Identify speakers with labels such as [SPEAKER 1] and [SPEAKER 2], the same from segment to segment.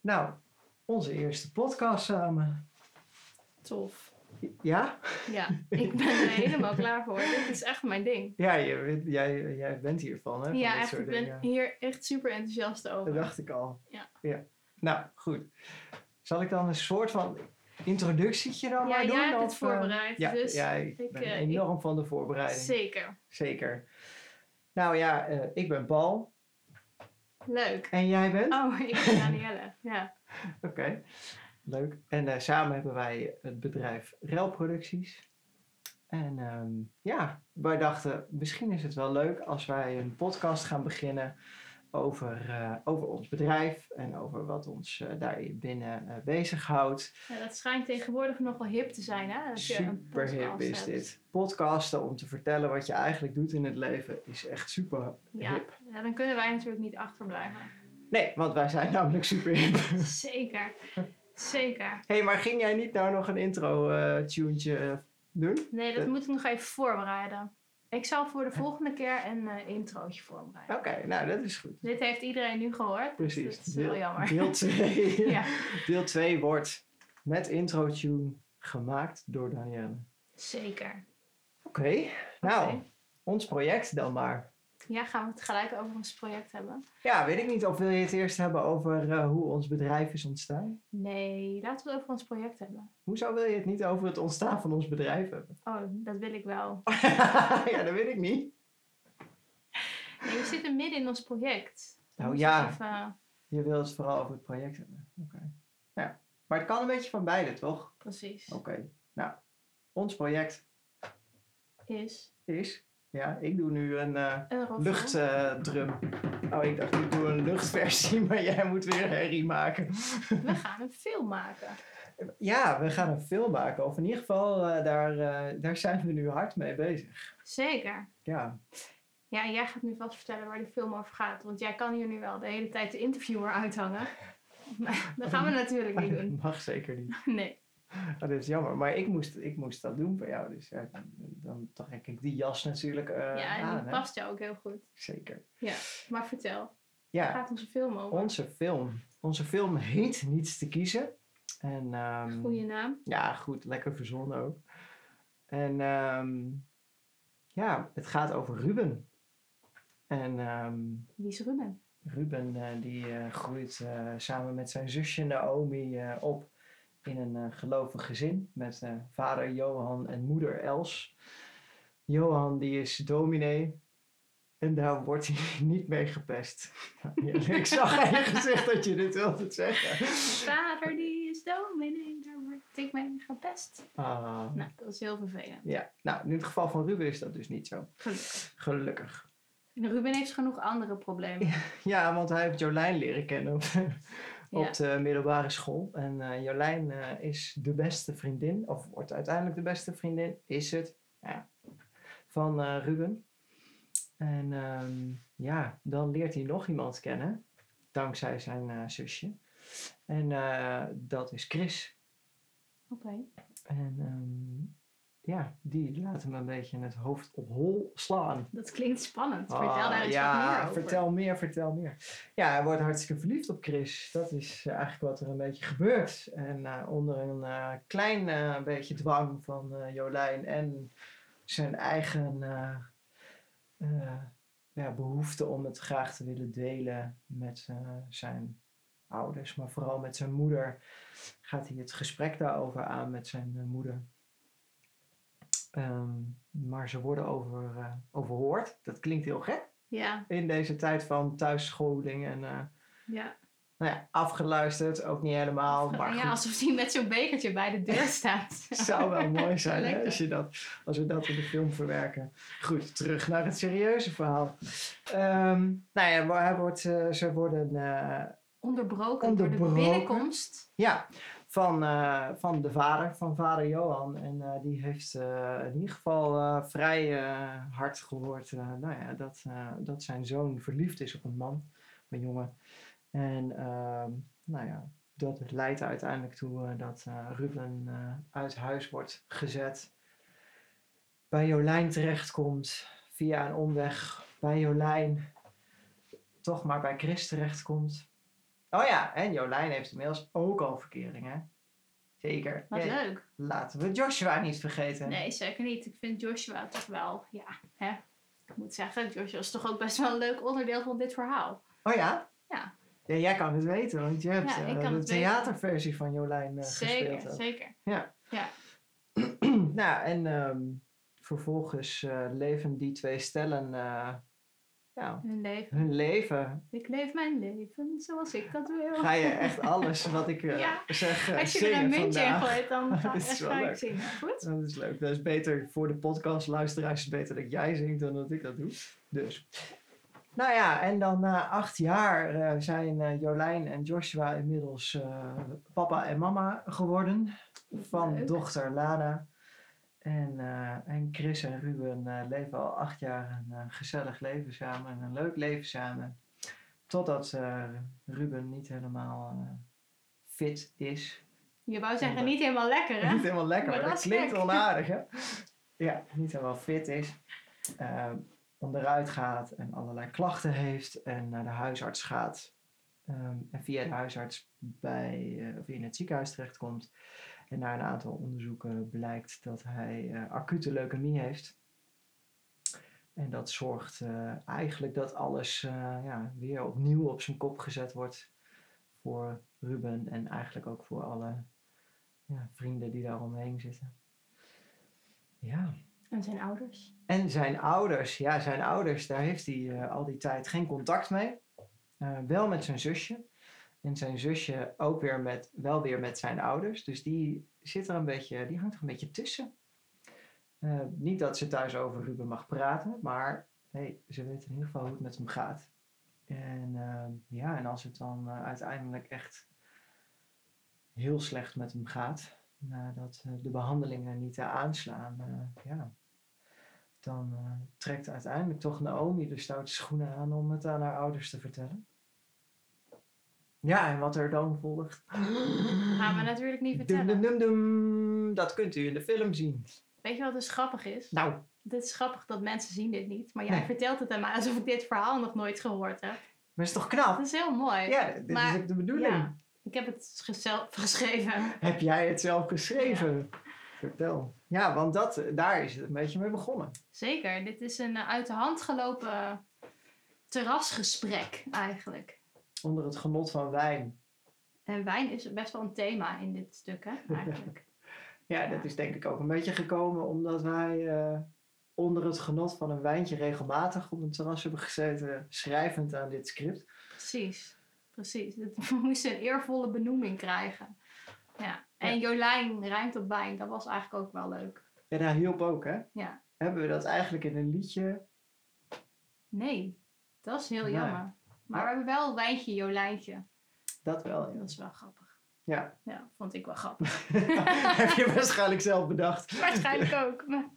[SPEAKER 1] Nou, onze eerste podcast samen.
[SPEAKER 2] Tof.
[SPEAKER 1] Ja?
[SPEAKER 2] Ja, ik ben er helemaal klaar voor. Dit is echt mijn ding.
[SPEAKER 1] Ja, je- jij, jij bent hiervan, hè? van
[SPEAKER 2] ja,
[SPEAKER 1] dit
[SPEAKER 2] echt.
[SPEAKER 1] soort
[SPEAKER 2] Ik ben
[SPEAKER 1] dingen.
[SPEAKER 2] hier echt super enthousiast
[SPEAKER 1] Dat
[SPEAKER 2] over.
[SPEAKER 1] dacht ik al.
[SPEAKER 2] Ja.
[SPEAKER 1] Nou, goed. Zal ik dan een soort van introductietje dan
[SPEAKER 2] ja,
[SPEAKER 1] maar doen?
[SPEAKER 2] jij hebt het
[SPEAKER 1] Of, eh,
[SPEAKER 2] voorbereid.
[SPEAKER 1] Ja,
[SPEAKER 2] dus
[SPEAKER 1] ja, ik,
[SPEAKER 2] ik,
[SPEAKER 1] ben
[SPEAKER 2] eh,
[SPEAKER 1] enorm van de voorbereiding.
[SPEAKER 2] zeker.
[SPEAKER 1] Zeker. Nou ja, eh, ik ben Paul.
[SPEAKER 2] Leuk.
[SPEAKER 1] En jij bent?
[SPEAKER 2] Oh, ik ben Danielle. Ja.
[SPEAKER 1] Oké, leuk. En eh, samen hebben wij het bedrijf Rel Producties. En ehm, ja, wij dachten, misschien is het wel leuk als wij een podcast gaan beginnen over, eh, over ons bedrijf en over wat ons eh, daarin binnen eh, bezighoudt.
[SPEAKER 2] ja. Dat schijnt tegenwoordig nogal hip te zijn, hè? dat je een
[SPEAKER 1] Super hip
[SPEAKER 2] podcast
[SPEAKER 1] is
[SPEAKER 2] hebt.
[SPEAKER 1] dit. Podcasten om te vertellen wat je eigenlijk doet in het leven is echt super
[SPEAKER 2] Ja.
[SPEAKER 1] hip.
[SPEAKER 2] ja, dan kunnen wij natuurlijk niet achterblijven.
[SPEAKER 1] Nee, want wij zijn namelijk super hip.
[SPEAKER 2] Zeker. Zeker.
[SPEAKER 1] Hé, hey, maar ging jij niet nou nog een intro eh tuentje eh, doen?
[SPEAKER 2] Nee, dat
[SPEAKER 1] Eh.
[SPEAKER 2] moet ik nog even voorbereiden. Ik zal voor de volgende keer een eh, introotje voorbereiden.
[SPEAKER 1] Oké, nou dat is goed.
[SPEAKER 2] Dit heeft iedereen nu gehoord. dus
[SPEAKER 1] Precies.
[SPEAKER 2] Dat is heel
[SPEAKER 1] Deel-
[SPEAKER 2] jammer.
[SPEAKER 1] Deel 2.
[SPEAKER 2] Ja,
[SPEAKER 1] Deel 2 wordt met intro tune gemaakt door Danielle.
[SPEAKER 2] zeker.
[SPEAKER 1] Oké, nou,
[SPEAKER 2] Oké.
[SPEAKER 1] ons project dan maar.
[SPEAKER 2] Ja, gaan we het gelijk over ons project hebben?
[SPEAKER 1] Ja, weet ik niet of wil je het eerst hebben over eh, hoe ons bedrijf is ontstaan?
[SPEAKER 2] Nee, laten we het over ons project hebben.
[SPEAKER 1] Hoezo wil je het niet over het ontstaan van ons bedrijf hebben?
[SPEAKER 2] Oh, dat wil ik wel.
[SPEAKER 1] ja, dat weet ik niet.
[SPEAKER 2] Nee, we zitten midden in ons project.
[SPEAKER 1] Nou
[SPEAKER 2] Moet
[SPEAKER 1] ja.
[SPEAKER 2] even-
[SPEAKER 1] Je wil het vooral over het project hebben. Oké. Ja, maar het kan een beetje van beide, toch?
[SPEAKER 2] precies.
[SPEAKER 1] Oké, nou, ons project
[SPEAKER 2] Is
[SPEAKER 1] is... Ja, ik doe nu een... eh,
[SPEAKER 2] een roffel.
[SPEAKER 1] luchtdrum. oh, ik dacht, ik doe een luchtversie, maar jij moet weer herrie maken.
[SPEAKER 2] We gaan een film maken.
[SPEAKER 1] Ja, we gaan een film maken. Of in ieder geval, eh, daar, eh, daar zijn we nu hard mee bezig.
[SPEAKER 2] Zeker.
[SPEAKER 1] Ja,
[SPEAKER 2] Ja, jij gaat nu vast vertellen waar die film over gaat. Want jij kan hier nu wel de hele tijd de interviewer uithangen. Maar dat gaan we natuurlijk niet doen.
[SPEAKER 1] dat mag zeker niet.
[SPEAKER 2] Nee.
[SPEAKER 1] Oh, dat is jammer. Maar ik moest, ik moest dat doen bij jou. Dus ja, dan, dan trek ik die jas natuurlijk eh,
[SPEAKER 2] Ja, en
[SPEAKER 1] aan.
[SPEAKER 2] die
[SPEAKER 1] hè.
[SPEAKER 2] past jou ook heel goed.
[SPEAKER 1] Zeker.
[SPEAKER 2] Maar vertel, waar
[SPEAKER 1] Ja,
[SPEAKER 2] gaat onze film over?
[SPEAKER 1] onze film. Onze film heet Niets te kiezen. En, ehm,
[SPEAKER 2] Goeie naam.
[SPEAKER 1] Ja, goed, lekker verzonnen ook. En ehm, ja, het gaat over Ruben. En ehm,
[SPEAKER 2] Wie is Ruben?
[SPEAKER 1] Ruben eh, die eh, groeit eh, samen met zijn zusje Naomi eh, op in een eh, gelovig gezin met eh, vader Johan en moeder Els. Johan die is dominee en daar wordt hij niet mee gepest. Ik zag aan je gezicht dat je dit wilde zeggen.
[SPEAKER 2] Vader die is dominee, daar word ik mee gepest.
[SPEAKER 1] Ah.
[SPEAKER 2] Nou, dat is heel vervelend.
[SPEAKER 1] Ja, nou, in het geval van Ruben is dat dus niet zo.
[SPEAKER 2] Gelukkig.
[SPEAKER 1] Gelukkig.
[SPEAKER 2] En Ruben heeft genoeg andere problemen.
[SPEAKER 1] Ja, want hij heeft Jolijn leren kennen op,
[SPEAKER 2] Ja.
[SPEAKER 1] op de middelbare school. En eh, Jolijn eh, is de beste vriendin, of wordt uiteindelijk de beste vriendin, is het, ja, van eh, Ruben. En ehm, ja, dan leert hij nog iemand kennen, dankzij zijn eh, zusje. En eh, dat is Chris.
[SPEAKER 2] Oké.
[SPEAKER 1] En ehm, ja, die laat hem een beetje het hoofd op hol slaan.
[SPEAKER 2] Dat klinkt spannend.
[SPEAKER 1] Ah,
[SPEAKER 2] vertel daar eens
[SPEAKER 1] ja,
[SPEAKER 2] wat meer over.
[SPEAKER 1] vertel meer, vertel meer. Ja, hij wordt hartstikke verliefd op Chris. Dat is eh, eigenlijk wat er een beetje gebeurt. En eh, onder een eh, klein eh, beetje dwang van eh, Jolijn en zijn eigen eh, eh, ja, behoefte om het graag te willen delen met eh, zijn ouders, maar vooral met zijn moeder, gaat hij het gesprek daarover aan met zijn eh, moeder. Ehm, maar ze worden over, eh, overhoord. Dat klinkt heel gek
[SPEAKER 2] Ja,
[SPEAKER 1] in deze tijd van thuisscholing en eh,
[SPEAKER 2] ja.
[SPEAKER 1] nou ja, afgeluisterd, ook niet helemaal, maar
[SPEAKER 2] ja
[SPEAKER 1] goed,
[SPEAKER 2] alsof hij met zo'n bekertje bij de deur staat.
[SPEAKER 1] zou wel mooi zijn hè,
[SPEAKER 2] Lekker.
[SPEAKER 1] als, je dat, als we dat in de film verwerken. Goed, terug naar het serieuze verhaal. Ehm, nou ja, wa- hij wordt, eh, ze worden eh,
[SPEAKER 2] Onderbroken, door de
[SPEAKER 1] Onderbroken.
[SPEAKER 2] binnenkomst.
[SPEAKER 1] ja, van, eh, van de vader, van vader Johan. En eh, die heeft eh, in ieder geval eh, vrij eh, hard gehoord eh, nou ja, dat, eh, dat zijn zoon verliefd is op een man, op een jongen. En ehm, nou ja, dat leidt er uiteindelijk toe eh, dat eh, Ruben eh, uit huis wordt gezet. Bij Jolijn terechtkomt via een omweg. Bij Jolijn toch maar bij Chris terechtkomt. Oh ja, en Jolijn heeft inmiddels ook al verkeringen. Zeker.
[SPEAKER 2] Wat
[SPEAKER 1] Jee,
[SPEAKER 2] leuk.
[SPEAKER 1] Laten we Joshua niet vergeten.
[SPEAKER 2] Nee, zeker niet. Ik vind Joshua toch wel, ja, hè. Ik moet zeggen, Joshua is toch ook best wel een leuk onderdeel van dit verhaal.
[SPEAKER 1] Oh ja?
[SPEAKER 2] Ja.
[SPEAKER 1] Ja, jij kan het weten, want je hebt
[SPEAKER 2] Ja, ik
[SPEAKER 1] eh,
[SPEAKER 2] kan
[SPEAKER 1] de
[SPEAKER 2] het weten.
[SPEAKER 1] theaterversie van Jolijn eh,
[SPEAKER 2] zeker,
[SPEAKER 1] gespeeld. ook.
[SPEAKER 2] zeker.
[SPEAKER 1] nou, en ehm, vervolgens eh, leven die twee stellen eh, ja,
[SPEAKER 2] Hun leven.
[SPEAKER 1] hun leven.
[SPEAKER 2] Ik leef mijn leven zoals ik dat wil.
[SPEAKER 1] Ga je echt alles wat ik eh,
[SPEAKER 2] Ja,
[SPEAKER 1] zeg eh,
[SPEAKER 2] Als je er
[SPEAKER 1] zingen
[SPEAKER 2] een muntje in
[SPEAKER 1] vandaag.
[SPEAKER 2] gooit, dan ga,
[SPEAKER 1] Dat is
[SPEAKER 2] echt
[SPEAKER 1] wel
[SPEAKER 2] ga ik
[SPEAKER 1] leuk.
[SPEAKER 2] zingen. Goed?
[SPEAKER 1] Dat is leuk. Dat is beter voor de podcastluisteraars. is het beter dat jij zingt dan dat ik dat doe. Dus. Nou ja, en dan na acht jaar eh, zijn eh, Jolijn en Joshua inmiddels eh, papa en mama geworden. Van
[SPEAKER 2] Leuk.
[SPEAKER 1] dochter Lana. En, eh, en Chris en Ruben eh, leven al acht jaar een eh, gezellig leven samen. En een leuk leven samen. Totdat eh, Ruben niet helemaal eh, fit is.
[SPEAKER 2] Je wou zeggen,
[SPEAKER 1] Zonde.
[SPEAKER 2] niet helemaal lekker, hè?
[SPEAKER 1] Niet helemaal lekker,
[SPEAKER 2] Maar
[SPEAKER 1] maar dat
[SPEAKER 2] dat is
[SPEAKER 1] klinkt
[SPEAKER 2] gek.
[SPEAKER 1] onaardig, hè? Ja, niet helemaal fit is. Ehm, onderuit gaat en allerlei klachten heeft en naar de huisarts gaat. Ehm, en via de huisarts bij, eh, of in het ziekenhuis terechtkomt. En na een aantal onderzoeken blijkt dat hij eh, acute leukemie heeft. En dat zorgt eh, eigenlijk dat alles eh, ja, weer opnieuw op zijn kop gezet wordt voor Ruben en eigenlijk ook voor alle ja, vrienden die daar omheen zitten. Ja.
[SPEAKER 2] En zijn ouders.
[SPEAKER 1] En zijn ouders, ja, zijn ouders, daar heeft hij eh, al die tijd geen contact mee. Eh, wel met zijn zusje. En zijn zusje ook weer met, wel weer met zijn ouders. Dus die zit er een beetje, die hangt er een beetje tussen. Eh, niet dat ze thuis over Ruben mag praten, maar hey, ze weet in ieder geval hoe het met hem gaat. En eh, ja, en als het dan eh, uiteindelijk echt heel slecht met hem gaat, nadat eh, de behandelingen niet eh, aanslaan, eh, ja, dan eh, trekt uiteindelijk toch Naomi de stoute schoenen aan om het aan haar ouders te vertellen. Ja, en wat er dan volgt.
[SPEAKER 2] Gaan we natuurlijk niet
[SPEAKER 1] Dum, dum, dum,
[SPEAKER 2] vertellen.
[SPEAKER 1] dum. Dat kunt u in de film zien.
[SPEAKER 2] Weet je wat dus grappig is?
[SPEAKER 1] Nou,
[SPEAKER 2] Dit is grappig dat mensen zien dit niet. Maar jij
[SPEAKER 1] Nee.
[SPEAKER 2] vertelt het aan mij alsof ik dit verhaal nog nooit gehoord heb.
[SPEAKER 1] maar is toch knap?
[SPEAKER 2] Dat is heel mooi.
[SPEAKER 1] Ja, dit
[SPEAKER 2] maar-
[SPEAKER 1] is ook de bedoeling.
[SPEAKER 2] Ja. Ik heb het gezel- geschreven.
[SPEAKER 1] Heb jij het zelf geschreven? Vertel. Ja, want dat, eh, daar is het een beetje mee begonnen.
[SPEAKER 2] Zeker, dit is een eh, uit de hand gelopen terrasgesprek eigenlijk.
[SPEAKER 1] Onder het genot van wijn.
[SPEAKER 2] En wijn is best wel een thema in dit stuk, hè, eigenlijk.
[SPEAKER 1] Ja, dat is denk ik ook een beetje gekomen omdat wij eh, onder het genot van een wijntje regelmatig op een terras hebben gezeten, schrijvend aan dit script.
[SPEAKER 2] Precies, precies. Het moest een eervolle benoeming krijgen. Ja. En Jolijn rijmt op wijn, dat was eigenlijk ook wel leuk.
[SPEAKER 1] Ja, dat hielp ook, hè?
[SPEAKER 2] Ja.
[SPEAKER 1] Hebben we dat eigenlijk in een liedje?
[SPEAKER 2] Nee, dat is heel
[SPEAKER 1] Nee.
[SPEAKER 2] jammer. Maar we hebben wel wijntje Jolijntje.
[SPEAKER 1] Dat wel, ja.
[SPEAKER 2] Dat is wel grappig.
[SPEAKER 1] Ja.
[SPEAKER 2] Ja, vond ik wel grappig.
[SPEAKER 1] Heb je waarschijnlijk zelf bedacht.
[SPEAKER 2] Waarschijnlijk ook. maar-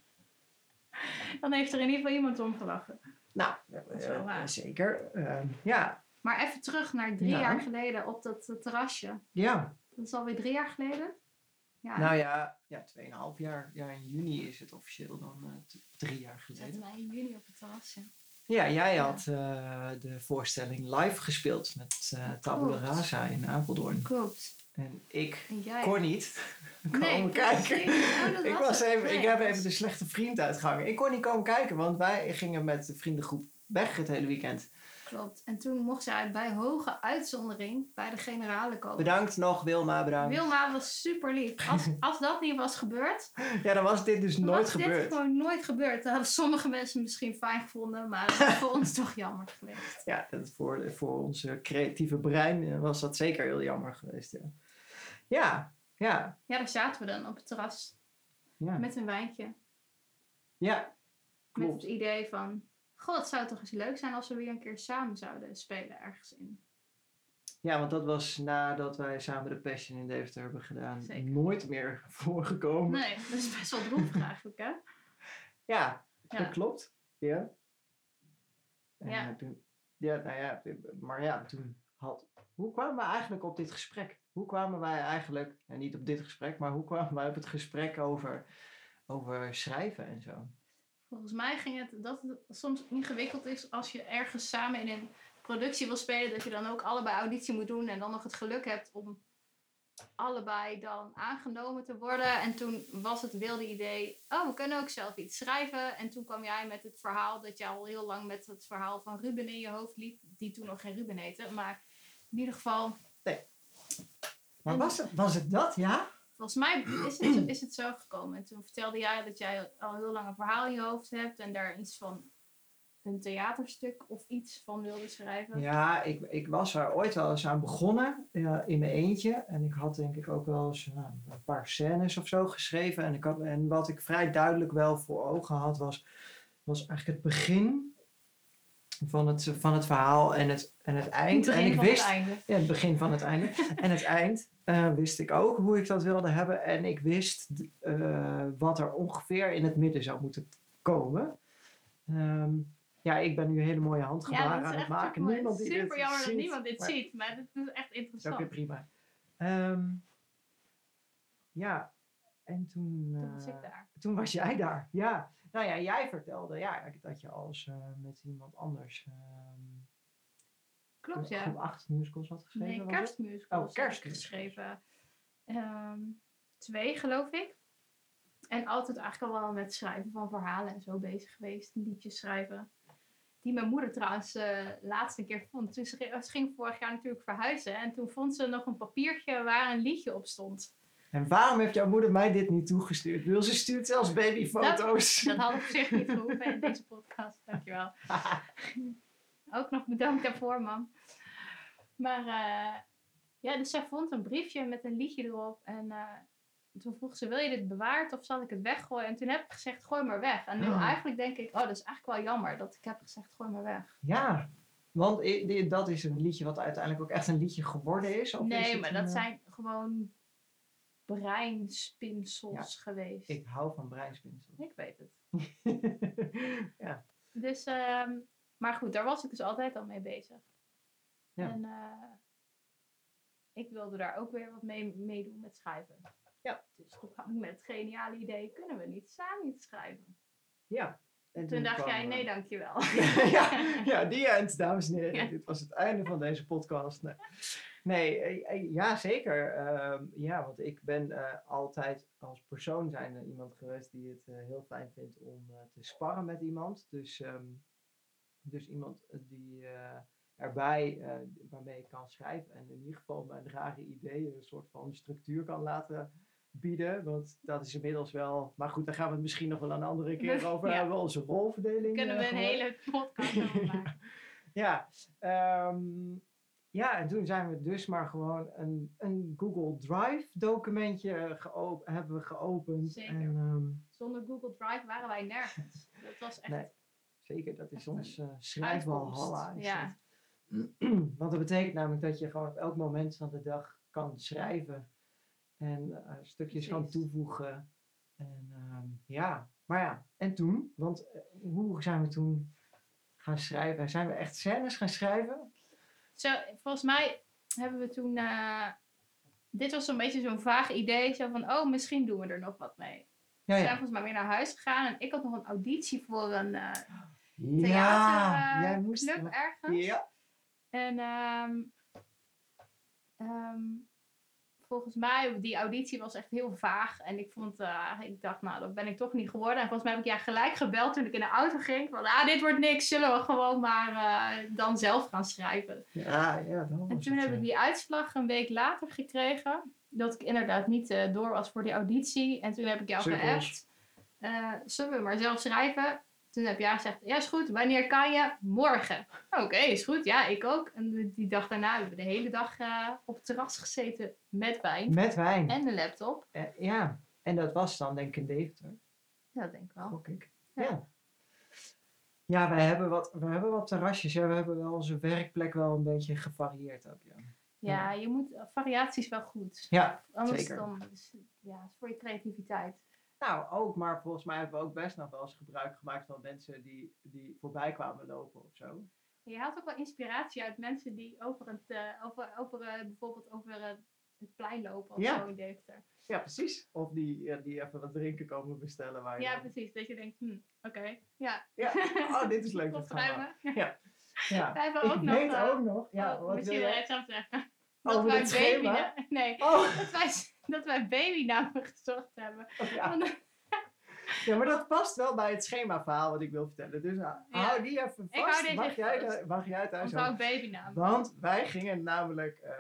[SPEAKER 2] Dan heeft er in ieder geval iemand om gelachen.
[SPEAKER 1] Nou,
[SPEAKER 2] is wel
[SPEAKER 1] eh,
[SPEAKER 2] waar.
[SPEAKER 1] zeker. Eh, ja,
[SPEAKER 2] Maar even terug naar drie
[SPEAKER 1] Ja.
[SPEAKER 2] jaar geleden op dat eh, terrasje.
[SPEAKER 1] ja.
[SPEAKER 2] Dat is alweer drie jaar geleden. Ja,
[SPEAKER 1] Nou ja, ja, 2,5 jaar. Ja, in juni is het officieel dan eh, t- drie jaar
[SPEAKER 2] zetten
[SPEAKER 1] geleden.
[SPEAKER 2] wij in juni op het terrasje.
[SPEAKER 1] Ja, jij had eh, de voorstelling live gespeeld met
[SPEAKER 2] Oh,
[SPEAKER 1] eh Tabula
[SPEAKER 2] Klopt.
[SPEAKER 1] Rasa in Apeldoorn.
[SPEAKER 2] Klopt.
[SPEAKER 1] En ik
[SPEAKER 2] En jij.
[SPEAKER 1] kon niet komen
[SPEAKER 2] Nee, precies.
[SPEAKER 1] kijken.
[SPEAKER 2] Oh, dat
[SPEAKER 1] Ik,
[SPEAKER 2] was
[SPEAKER 1] was
[SPEAKER 2] het.
[SPEAKER 1] even,
[SPEAKER 2] Nee,
[SPEAKER 1] ik heb
[SPEAKER 2] dat
[SPEAKER 1] even de slechte vriend uitgehangen. Ik kon niet komen kijken, want wij gingen met de vriendengroep weg het hele weekend.
[SPEAKER 2] Klopt. En toen mocht zij bij hoge uitzondering bij de generale komen.
[SPEAKER 1] Bedankt nog, Wilma, bedankt.
[SPEAKER 2] Oh. Wilma was super lief. Als, als dat niet was gebeurd,
[SPEAKER 1] Ja, dan was dit dus nooit
[SPEAKER 2] was dit
[SPEAKER 1] gebeurd.
[SPEAKER 2] gewoon nooit gebeurd. Dat hadden sommige mensen misschien fijn gevonden, maar dat is voor ons toch jammer geweest.
[SPEAKER 1] Ja, dat voor, voor onze creatieve brein eh, was dat zeker heel jammer geweest. Ja, ja, ja.
[SPEAKER 2] Ja, daar zaten we dan op het terras
[SPEAKER 1] ja.
[SPEAKER 2] met een wijntje.
[SPEAKER 1] ja.
[SPEAKER 2] Met
[SPEAKER 1] Klopt.
[SPEAKER 2] het idee van, god, het zou toch eens leuk zijn als we weer een keer samen zouden spelen ergens in.
[SPEAKER 1] Ja, want dat was nadat wij samen de Passion in Deventer hebben gedaan.
[SPEAKER 2] Zeker.
[SPEAKER 1] Nooit meer voorgekomen.
[SPEAKER 2] Nee, dat is best wel droevig eigenlijk, hè?
[SPEAKER 1] Ja,
[SPEAKER 2] Ja.
[SPEAKER 1] dat klopt. Ja. En,
[SPEAKER 2] Ja.
[SPEAKER 1] eh, toen- ja, nou ja, maar ja, toen had... Hoe kwamen we eigenlijk op dit gesprek? Hoe kwamen wij eigenlijk, en niet op dit gesprek, maar hoe kwamen wij op het gesprek over, over schrijven en zo?
[SPEAKER 2] Volgens mij ging het dat het soms ingewikkeld is als je ergens samen in een productie wil spelen, dat je dan ook allebei auditie moet doen en dan nog het geluk hebt om allebei dan aangenomen te worden. En toen was het wilde idee, oh, we kunnen ook zelf iets schrijven. En toen kwam jij met het verhaal dat jij al heel lang met het verhaal van Ruben in je hoofd liep, die toen nog geen Ruben heette, maar in ieder geval
[SPEAKER 1] Maar was het, was het dat, ja?
[SPEAKER 2] Volgens mij is het, is het zo gekomen. En toen vertelde jij dat jij al heel lang een verhaal in je hoofd hebt en daar iets van een theaterstuk of iets van wilde schrijven.
[SPEAKER 1] Ja, ik, ik was daar ooit wel eens aan begonnen ja, in mijn eentje. En ik had denk ik ook wel eens nou, een paar scènes of zo geschreven. En, ik had, en wat ik vrij duidelijk wel voor ogen had, was, was eigenlijk het begin van het, van het verhaal en het, en het
[SPEAKER 2] In het
[SPEAKER 1] eind.
[SPEAKER 2] begin
[SPEAKER 1] En ik
[SPEAKER 2] van het
[SPEAKER 1] wist
[SPEAKER 2] einde.
[SPEAKER 1] Ja, het begin van het einde. En het eind eh, wist ik ook hoe ik dat wilde hebben. En ik wist eh, wat er ongeveer in het midden zou moeten komen. Ehm, ja, ik ben nu hele mooie handgebaren aan het maken.
[SPEAKER 2] super-
[SPEAKER 1] Niemand die
[SPEAKER 2] super
[SPEAKER 1] dit
[SPEAKER 2] jammer dat
[SPEAKER 1] ziet,
[SPEAKER 2] niemand dit
[SPEAKER 1] maar
[SPEAKER 2] ziet, maar dit is echt
[SPEAKER 1] Dat is ook weer
[SPEAKER 2] interessant.
[SPEAKER 1] prima. Ehm, ja, en toen...
[SPEAKER 2] Toen was
[SPEAKER 1] eh,
[SPEAKER 2] ik daar.
[SPEAKER 1] toen was jij daar, ja. Nou ja, jij vertelde ja, dat je als eh, met iemand anders... ehm,
[SPEAKER 2] Klopt, ja.
[SPEAKER 1] groep acht musicals had geschreven.
[SPEAKER 2] Nee,
[SPEAKER 1] was het?
[SPEAKER 2] kerstmusicals
[SPEAKER 1] Oh,
[SPEAKER 2] heb ik
[SPEAKER 1] kerstmusicals.
[SPEAKER 2] geschreven. Ehm, twee, geloof ik. En altijd eigenlijk al wel met schrijven van verhalen en zo bezig geweest. Liedjes schrijven. Die mijn moeder trouwens eh laatste keer vond. Toen ze, ging- ze ging vorig jaar natuurlijk verhuizen. En toen vond ze nog een papiertje waar een liedje op stond.
[SPEAKER 1] En waarom heeft jouw moeder mij dit niet toegestuurd? Ik bedoel, ze stuurt zelfs babyfoto's.
[SPEAKER 2] Dat had op zich niet gehoeven in deze podcast. Dankjewel. Ook nog bedankt daarvoor, mam. Maar eh, ja, dus zij vond een briefje met een liedje erop. En eh, toen vroeg ze, wil je dit bewaard of zal ik het weggooien? En toen heb ik gezegd, gooi maar weg. En nu
[SPEAKER 1] Oh.
[SPEAKER 2] eigenlijk denk ik, oh, dat is eigenlijk wel jammer dat ik heb gezegd, gooi maar weg.
[SPEAKER 1] Ja, want i- di- dat is een liedje wat uiteindelijk ook echt een liedje geworden is. of is
[SPEAKER 2] nee,
[SPEAKER 1] het
[SPEAKER 2] maar
[SPEAKER 1] een,
[SPEAKER 2] dat
[SPEAKER 1] eh,
[SPEAKER 2] zijn gewoon breinspinsels geweest.
[SPEAKER 1] Ik hou van breinspinsel.
[SPEAKER 2] ik weet het.
[SPEAKER 1] ja.
[SPEAKER 2] Dus, ehm, maar goed, daar was ik dus altijd al mee bezig.
[SPEAKER 1] Ja.
[SPEAKER 2] En eh, ik wilde daar ook weer wat mee meedoen met schrijven.
[SPEAKER 1] Ja.
[SPEAKER 2] Dus toen kwam ik met het geniale idee, kunnen we niet samen iets schrijven?
[SPEAKER 1] ja. En
[SPEAKER 2] Toen dacht
[SPEAKER 1] kwam,
[SPEAKER 2] jij,
[SPEAKER 1] eh,
[SPEAKER 2] nee dankjewel.
[SPEAKER 1] ja, ja, die eind, dames en heren.
[SPEAKER 2] Ja.
[SPEAKER 1] Dit was het einde van deze podcast. Nee, nee eh, eh, ja, zeker. Ehm, ja, want ik ben eh, altijd als persoon zijnde iemand geweest die het eh, heel fijn vindt om eh, te sparren met iemand. Dus, ehm, dus iemand die eh, erbij, eh, waarmee ik kan schrijven en in ieder geval mijn rare ideeën een soort van structuur kan laten bieden. Want dat is inmiddels wel... Maar goed, daar gaan we het misschien nog wel een andere keer over
[SPEAKER 2] Ja.
[SPEAKER 1] hebben. Onze rolverdeling.
[SPEAKER 2] kunnen
[SPEAKER 1] eh,
[SPEAKER 2] we een
[SPEAKER 1] geworden.
[SPEAKER 2] hele podcast over maken.
[SPEAKER 1] Ja, ehm, ja, en toen zijn we dus maar gewoon een, een Google Drive documentje geop- hebben we geopend.
[SPEAKER 2] Zeker.
[SPEAKER 1] En, ehm,
[SPEAKER 2] Zonder Google Drive waren wij nergens. Dat was echt...
[SPEAKER 1] Nee. zeker, dat is
[SPEAKER 2] Echt
[SPEAKER 1] ons eh schrijfbalhalla. is
[SPEAKER 2] ja.
[SPEAKER 1] dat. Want dat betekent namelijk dat je gewoon op elk moment van de dag kan schrijven. En eh, stukjes kan
[SPEAKER 2] Precies.
[SPEAKER 1] toevoegen. En ehm, ja, maar ja, en toen? Want eh, hoe zijn we toen gaan schrijven? Zijn we echt scènes gaan schrijven?
[SPEAKER 2] Zo, volgens mij hebben we toen. eh, dit was zo'n beetje zo'n vaag idee. Zo van: oh, misschien doen we er nog wat mee.
[SPEAKER 1] Ja,
[SPEAKER 2] We zijn volgens mij weer naar huis gegaan. En ik had nog een auditie voor een eh
[SPEAKER 1] Ja, jij moest
[SPEAKER 2] theaterclub ergens.
[SPEAKER 1] Ja.
[SPEAKER 2] En ehm, ehm, volgens mij, die auditie was echt heel vaag. En ik vond, eh, ik dacht, nou, dat ben ik toch niet geworden. En volgens mij heb ik ja gelijk gebeld toen ik in de auto ging. Van, ah, dit wordt niks. Zullen we gewoon maar eh, dan zelf gaan schrijven.
[SPEAKER 1] Ja, ja, dat was
[SPEAKER 2] En toen
[SPEAKER 1] het,
[SPEAKER 2] heb ik
[SPEAKER 1] ja.
[SPEAKER 2] die uitslag een week later gekregen. Dat ik inderdaad niet eh, door was voor die auditie. En toen heb ik jou
[SPEAKER 1] Cirkels.
[SPEAKER 2] geappt. eh, zullen we maar zelf schrijven? Toen heb jij gezegd, ja is goed, wanneer kan je? Morgen. Oké, is goed, ja, ik ook. En de- die dag daarna hebben we de hele dag eh, op het terras gezeten met wijn
[SPEAKER 1] Met wijn.
[SPEAKER 2] en een laptop.
[SPEAKER 1] Eh, ja, en dat was dan denk ik in Deventer,
[SPEAKER 2] Ja, dat denk ik wel.
[SPEAKER 1] gok ik.
[SPEAKER 2] Ja.
[SPEAKER 1] Ja. Ja, wij hebben wat, we hebben wat terrasjes. Ja, we hebben wel onze werkplek wel een beetje gevarieerd ook, ja.
[SPEAKER 2] Ja, je moet, variaties wel goed.
[SPEAKER 1] Ja,
[SPEAKER 2] Anders
[SPEAKER 1] zeker.
[SPEAKER 2] dan, dus, ja, is voor je creativiteit.
[SPEAKER 1] Nou, ook, maar volgens mij hebben we ook best nog wel eens gebruik gemaakt van mensen die, die voorbij kwamen lopen of zo.
[SPEAKER 2] Je haalt ook wel inspiratie uit mensen die over het, eh, over, over, eh, bijvoorbeeld over eh, het plein lopen of
[SPEAKER 1] Ja.
[SPEAKER 2] zo in Deventer.
[SPEAKER 1] Ja, precies. Of die, eh, die even wat drinken komen bestellen. Waar je
[SPEAKER 2] Ja,
[SPEAKER 1] dan-
[SPEAKER 2] precies. Dat je denkt, hm, oké, ja.
[SPEAKER 1] Ja. Oh, dit Oh, is leuk. dat gaan we.
[SPEAKER 2] Opruimen.
[SPEAKER 1] Ja. Ja.
[SPEAKER 2] Wij hebben ook
[SPEAKER 1] Ik
[SPEAKER 2] nog...
[SPEAKER 1] weet
[SPEAKER 2] eh,
[SPEAKER 1] ook nog. Ja,
[SPEAKER 2] oh,
[SPEAKER 1] wat wil
[SPEAKER 2] misschien wil
[SPEAKER 1] jij?
[SPEAKER 2] je het zelf zeggen.
[SPEAKER 1] Over
[SPEAKER 2] wij
[SPEAKER 1] dat schema?
[SPEAKER 2] babyna- Nee,
[SPEAKER 1] Oh,
[SPEAKER 2] dat wij, dat wij babynamen gezocht hebben.
[SPEAKER 1] ja.
[SPEAKER 2] Want-
[SPEAKER 1] ja, maar dat past wel bij het schemaverhaal wat ik wil vertellen. Dus ah,
[SPEAKER 2] Ja.
[SPEAKER 1] hou die even
[SPEAKER 2] Ik hou
[SPEAKER 1] vast.
[SPEAKER 2] deze
[SPEAKER 1] mag,
[SPEAKER 2] even
[SPEAKER 1] jij,
[SPEAKER 2] vast.
[SPEAKER 1] daar- mag jij thuis
[SPEAKER 2] Onthoud babynamen.
[SPEAKER 1] Want wij gingen namelijk eh,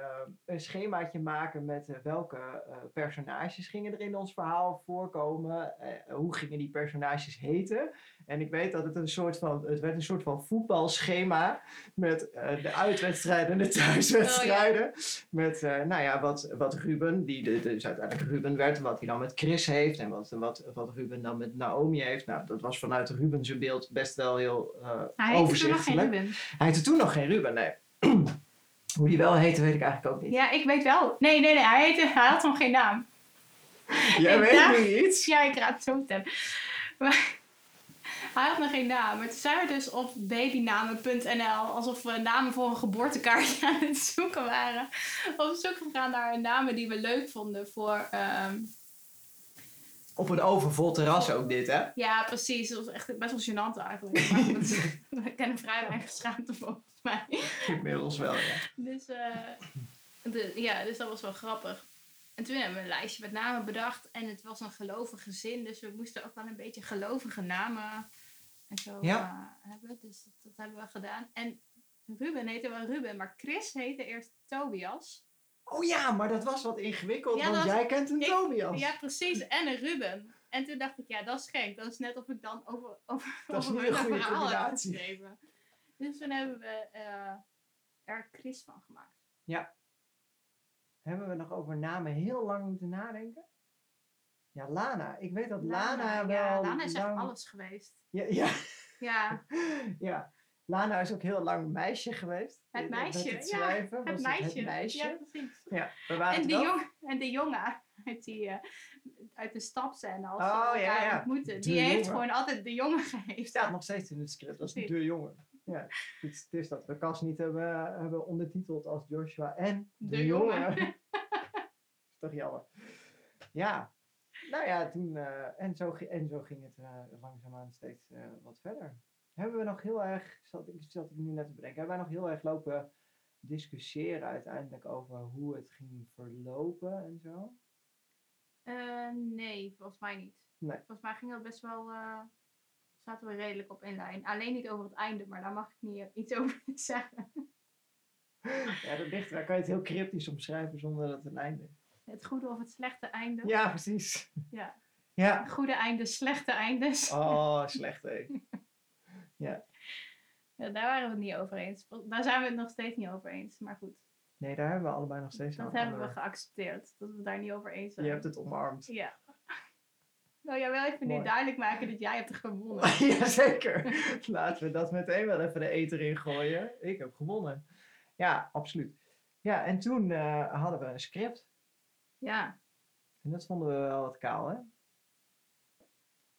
[SPEAKER 1] een schemaatje maken met eh, welke eh, personages gingen er in ons verhaal voorkomen. eh, hoe gingen die personages heten. En ik weet dat het een soort van, het werd een soort van voetbalschema met eh, de uitwedstrijden en de thuiswedstrijden.
[SPEAKER 2] Oh,
[SPEAKER 1] Met, eh, nou ja, wat, wat Ruben, die de- dus uiteindelijk Ruben werd, wat hij dan met Chris heeft en wat, wat, wat Ruben dan met Naomi heeft. Nou, dat was vanuit Ruben zijn beeld best wel heel eh,
[SPEAKER 2] Nou, Hij heeft er nog geen
[SPEAKER 1] overzichtelijk.
[SPEAKER 2] Ruben.
[SPEAKER 1] Hij heette toen nog geen Ruben, nee. Hoe die wel heette, weet ik eigenlijk ook niet.
[SPEAKER 2] Ja, ik weet wel. Nee, nee, nee. Hij, heette, hij had nog geen naam.
[SPEAKER 1] Jij
[SPEAKER 2] ik
[SPEAKER 1] weet
[SPEAKER 2] dacht-
[SPEAKER 1] nu iets.
[SPEAKER 2] Ja, ik raad het zo meteen. Maar hij had nog geen naam. Maar toen zijn we dus op babynamen.nl, alsof we namen voor een geboortekaartje aan het zoeken waren. Op zoek gegaan naar namen die we leuk vonden voor. ehm,
[SPEAKER 1] Op een overvol terras ook dit, hè?
[SPEAKER 2] ja, precies. Dat was echt best wel gênant eigenlijk. Maar goed, we kennen vrij weinig schaamte volgens mij.
[SPEAKER 1] Inmiddels wel, ja.
[SPEAKER 2] Dus, eh, de, ja, dus dat was wel grappig. En toen hebben we een lijstje met namen bedacht. En het was een gelovig gezin. Dus we moesten ook wel een beetje gelovige namen en zo
[SPEAKER 1] Ja.
[SPEAKER 2] eh, hebben. Dus dat, dat hebben we gedaan. En Ruben heette wel Ruben. Maar Chris heette eerst Tobias.
[SPEAKER 1] Oh ja, maar dat was wat ingewikkeld,
[SPEAKER 2] Ja,
[SPEAKER 1] want
[SPEAKER 2] dat was-
[SPEAKER 1] jij kent een
[SPEAKER 2] ik-
[SPEAKER 1] Tobias.
[SPEAKER 2] Ja, precies. En een Ruben. En toen dacht ik, ja, dat is gek. Dat is net of ik dan over, over,
[SPEAKER 1] Dat is
[SPEAKER 2] over
[SPEAKER 1] niet een
[SPEAKER 2] hun
[SPEAKER 1] goede
[SPEAKER 2] verhaal heb
[SPEAKER 1] combinatie.
[SPEAKER 2] geschreven. Dus toen hebben we eh, er Chris van gemaakt.
[SPEAKER 1] Hebben we nog over namen heel lang moeten nadenken? Ja, Lana. Ik weet dat Lana, wel...
[SPEAKER 2] ja, Lana is echt
[SPEAKER 1] lang-
[SPEAKER 2] alles geweest.
[SPEAKER 1] Ja, ja,
[SPEAKER 2] Ja.
[SPEAKER 1] ja. Lana is ook heel lang een meisje geweest. Eh,
[SPEAKER 2] Het meisje,
[SPEAKER 1] Met het
[SPEAKER 2] ja,
[SPEAKER 1] schrijven was
[SPEAKER 2] Het
[SPEAKER 1] het
[SPEAKER 2] meisje.
[SPEAKER 1] Het meisje. Ah,
[SPEAKER 2] Ja, precies.
[SPEAKER 1] Ja, we waren
[SPEAKER 2] En
[SPEAKER 1] het
[SPEAKER 2] de,
[SPEAKER 1] wel-
[SPEAKER 2] jong, en de jongen uit, die, eh, uit de stapscène als ze
[SPEAKER 1] Oh,
[SPEAKER 2] elkaar
[SPEAKER 1] ja, ja.
[SPEAKER 2] ontmoeten.
[SPEAKER 1] De
[SPEAKER 2] Die
[SPEAKER 1] jongen.
[SPEAKER 2] heeft gewoon altijd de jongen
[SPEAKER 1] Die
[SPEAKER 2] geheefd.
[SPEAKER 1] staat nog steeds in het script als de
[SPEAKER 2] Precies.
[SPEAKER 1] jongen. Ja, het is, het is dat we Cas niet hebben, hebben ondertiteld als Joshua en de,
[SPEAKER 2] De
[SPEAKER 1] jongen.
[SPEAKER 2] jongen.
[SPEAKER 1] is toch jammer. Ja, nou ja, toen, eh, en, zo, gi- en zo ging het eh, langzaamaan steeds eh, wat verder. Hebben we nog heel erg, zat ik, zat ik nu net te bedenken, hebben wij nog heel erg lopen discussiëren uiteindelijk over hoe het ging verlopen en zo?
[SPEAKER 2] Eh, nee, volgens mij niet.
[SPEAKER 1] Nee.
[SPEAKER 2] Volgens mij ging dat best wel... eh, zaten we redelijk op één lijn. Alleen niet over het einde, maar daar mag ik niet, eh, iets over zeggen.
[SPEAKER 1] Ja, dat ligt, daar kan je het heel cryptisch omschrijven zonder dat het een einde is.
[SPEAKER 2] Het goede of het slechte einde.
[SPEAKER 1] Ja, precies.
[SPEAKER 2] Ja.
[SPEAKER 1] Ja,
[SPEAKER 2] Goede eindes, slechte eindes.
[SPEAKER 1] Oh, slecht hé.
[SPEAKER 2] Ja, daar waren we het niet over eens. Vol- Daar zijn we het nog steeds niet over eens. Maar goed,
[SPEAKER 1] Nee, daar hebben we allebei nog steeds
[SPEAKER 2] dat
[SPEAKER 1] over.
[SPEAKER 2] hebben we eh. geaccepteerd. Dat we daar niet over eens zijn.
[SPEAKER 1] Je hebt het omarmd.
[SPEAKER 2] Ja. Nou ja, wel even
[SPEAKER 1] Mooi.
[SPEAKER 2] nu duidelijk maken dat jij hebt gewonnen.
[SPEAKER 1] Jazeker. Laten we dat meteen wel even de eter in gooien. Ik heb gewonnen. Ja, absoluut. Ja, en toen eh, hadden we een script.
[SPEAKER 2] Ja,
[SPEAKER 1] En dat vonden we wel wat kaal, hè?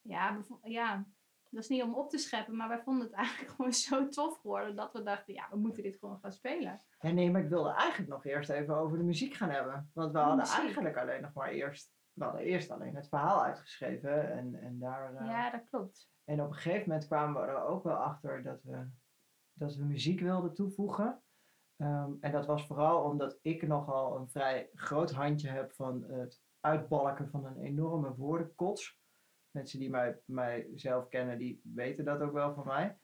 [SPEAKER 2] ja, bevo- ja, dat is niet om op te scheppen, maar wij vonden het eigenlijk gewoon zo tof geworden dat we dachten, ja, we moeten dit gewoon gaan spelen.
[SPEAKER 1] Ja, nee, maar ik wilde eigenlijk nog eerst even over de muziek gaan hebben. Want we
[SPEAKER 2] Oh,
[SPEAKER 1] hadden
[SPEAKER 2] muziek.
[SPEAKER 1] eigenlijk alleen nog maar eerst... We hadden eerst alleen het verhaal uitgeschreven. En, en daar... eh,
[SPEAKER 2] Ja, dat klopt.
[SPEAKER 1] En op een gegeven moment kwamen we er ook wel achter dat we, dat we muziek wilden toevoegen. Ehm, en dat was vooral omdat ik nogal een vrij groot handje heb van het uitbalken van een enorme woordenkots. Mensen die mij, mij zelf kennen, die weten dat ook wel van mij.